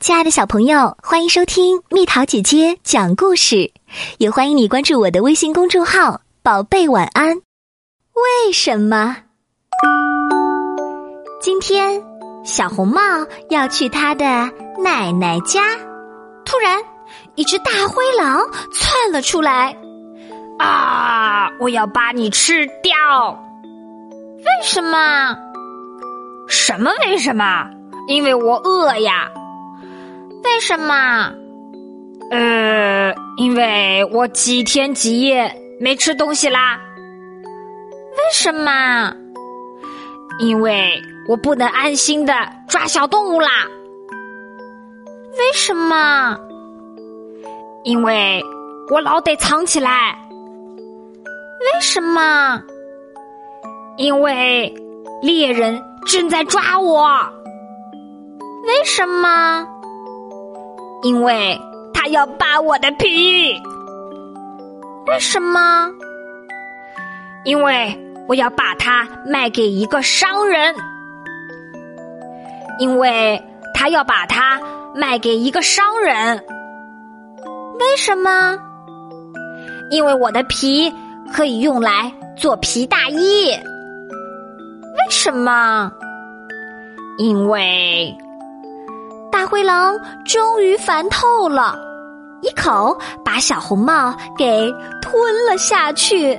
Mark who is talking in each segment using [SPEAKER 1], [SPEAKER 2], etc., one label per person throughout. [SPEAKER 1] 亲爱的小朋友，欢迎收听蜜桃姐姐讲故事，也欢迎你关注我的微信公众号“宝贝晚安”。为什么？今天小红帽要去她的奶奶家，突然一只大灰狼窜了出来，
[SPEAKER 2] 啊！我要把你吃掉！
[SPEAKER 1] 为什么？
[SPEAKER 2] 什么？为什么？因为我饿呀。
[SPEAKER 1] 为什么？
[SPEAKER 2] 呃，因为我几天几夜没吃东西啦。
[SPEAKER 1] 为什么？
[SPEAKER 2] 因为我不能安心的抓小动物啦。
[SPEAKER 1] 为什么？
[SPEAKER 2] 因为我老得藏起来。
[SPEAKER 1] 为什么？
[SPEAKER 2] 因为猎人正在抓我。
[SPEAKER 1] 为什么？
[SPEAKER 2] 因为他要扒我的皮。
[SPEAKER 1] 为什么？
[SPEAKER 2] 因为我要把它卖给一个商人。因为他要把它卖给一个商人。
[SPEAKER 1] 为什么？
[SPEAKER 2] 因为我的皮可以用来做皮大衣。
[SPEAKER 1] 为什么？
[SPEAKER 2] 因为。
[SPEAKER 1] 大灰狼终于烦透了，一口把小红帽给吞了下去。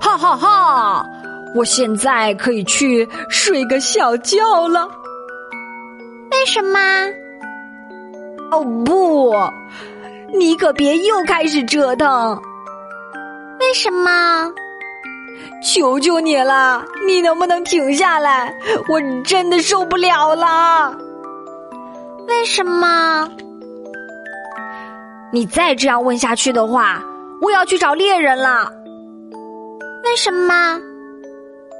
[SPEAKER 2] 哈哈哈！我现在可以去睡个小觉了。
[SPEAKER 1] 为什么？
[SPEAKER 2] 哦不，你可别又开始折腾！
[SPEAKER 1] 为什么？
[SPEAKER 2] 求求你了，你能不能停下来？我真的受不了了。
[SPEAKER 1] 为什么？
[SPEAKER 2] 你再这样问下去的话，我要去找猎人了。
[SPEAKER 1] 为什么？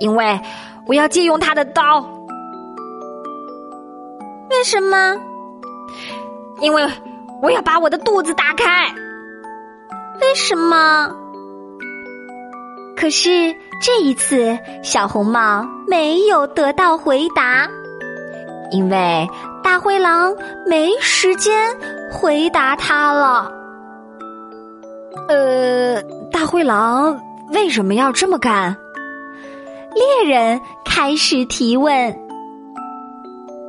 [SPEAKER 2] 因为我要借用他的刀。
[SPEAKER 1] 为什么？
[SPEAKER 2] 因为我要把我的肚子打开。
[SPEAKER 1] 为什么？可是这一次，小红帽没有得到回答，因为。大灰狼没时间回答他了。
[SPEAKER 2] 呃，大灰狼为什么要这么干？
[SPEAKER 1] 猎人开始提问。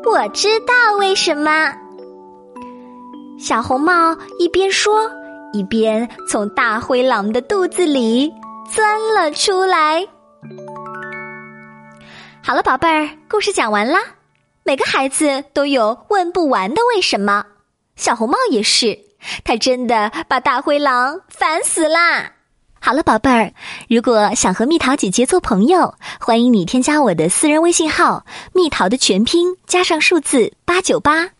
[SPEAKER 1] 我知道为什么。小红帽一边说，一边从大灰狼的肚子里钻了出来。好了，宝贝儿，故事讲完啦。每个孩子都有问不完的为什么，小红帽也是，他真的把大灰狼烦死啦。好了，宝贝儿，如果想和蜜桃姐姐做朋友，欢迎你添加我的私人微信号“蜜桃”的全拼加上数字八九八。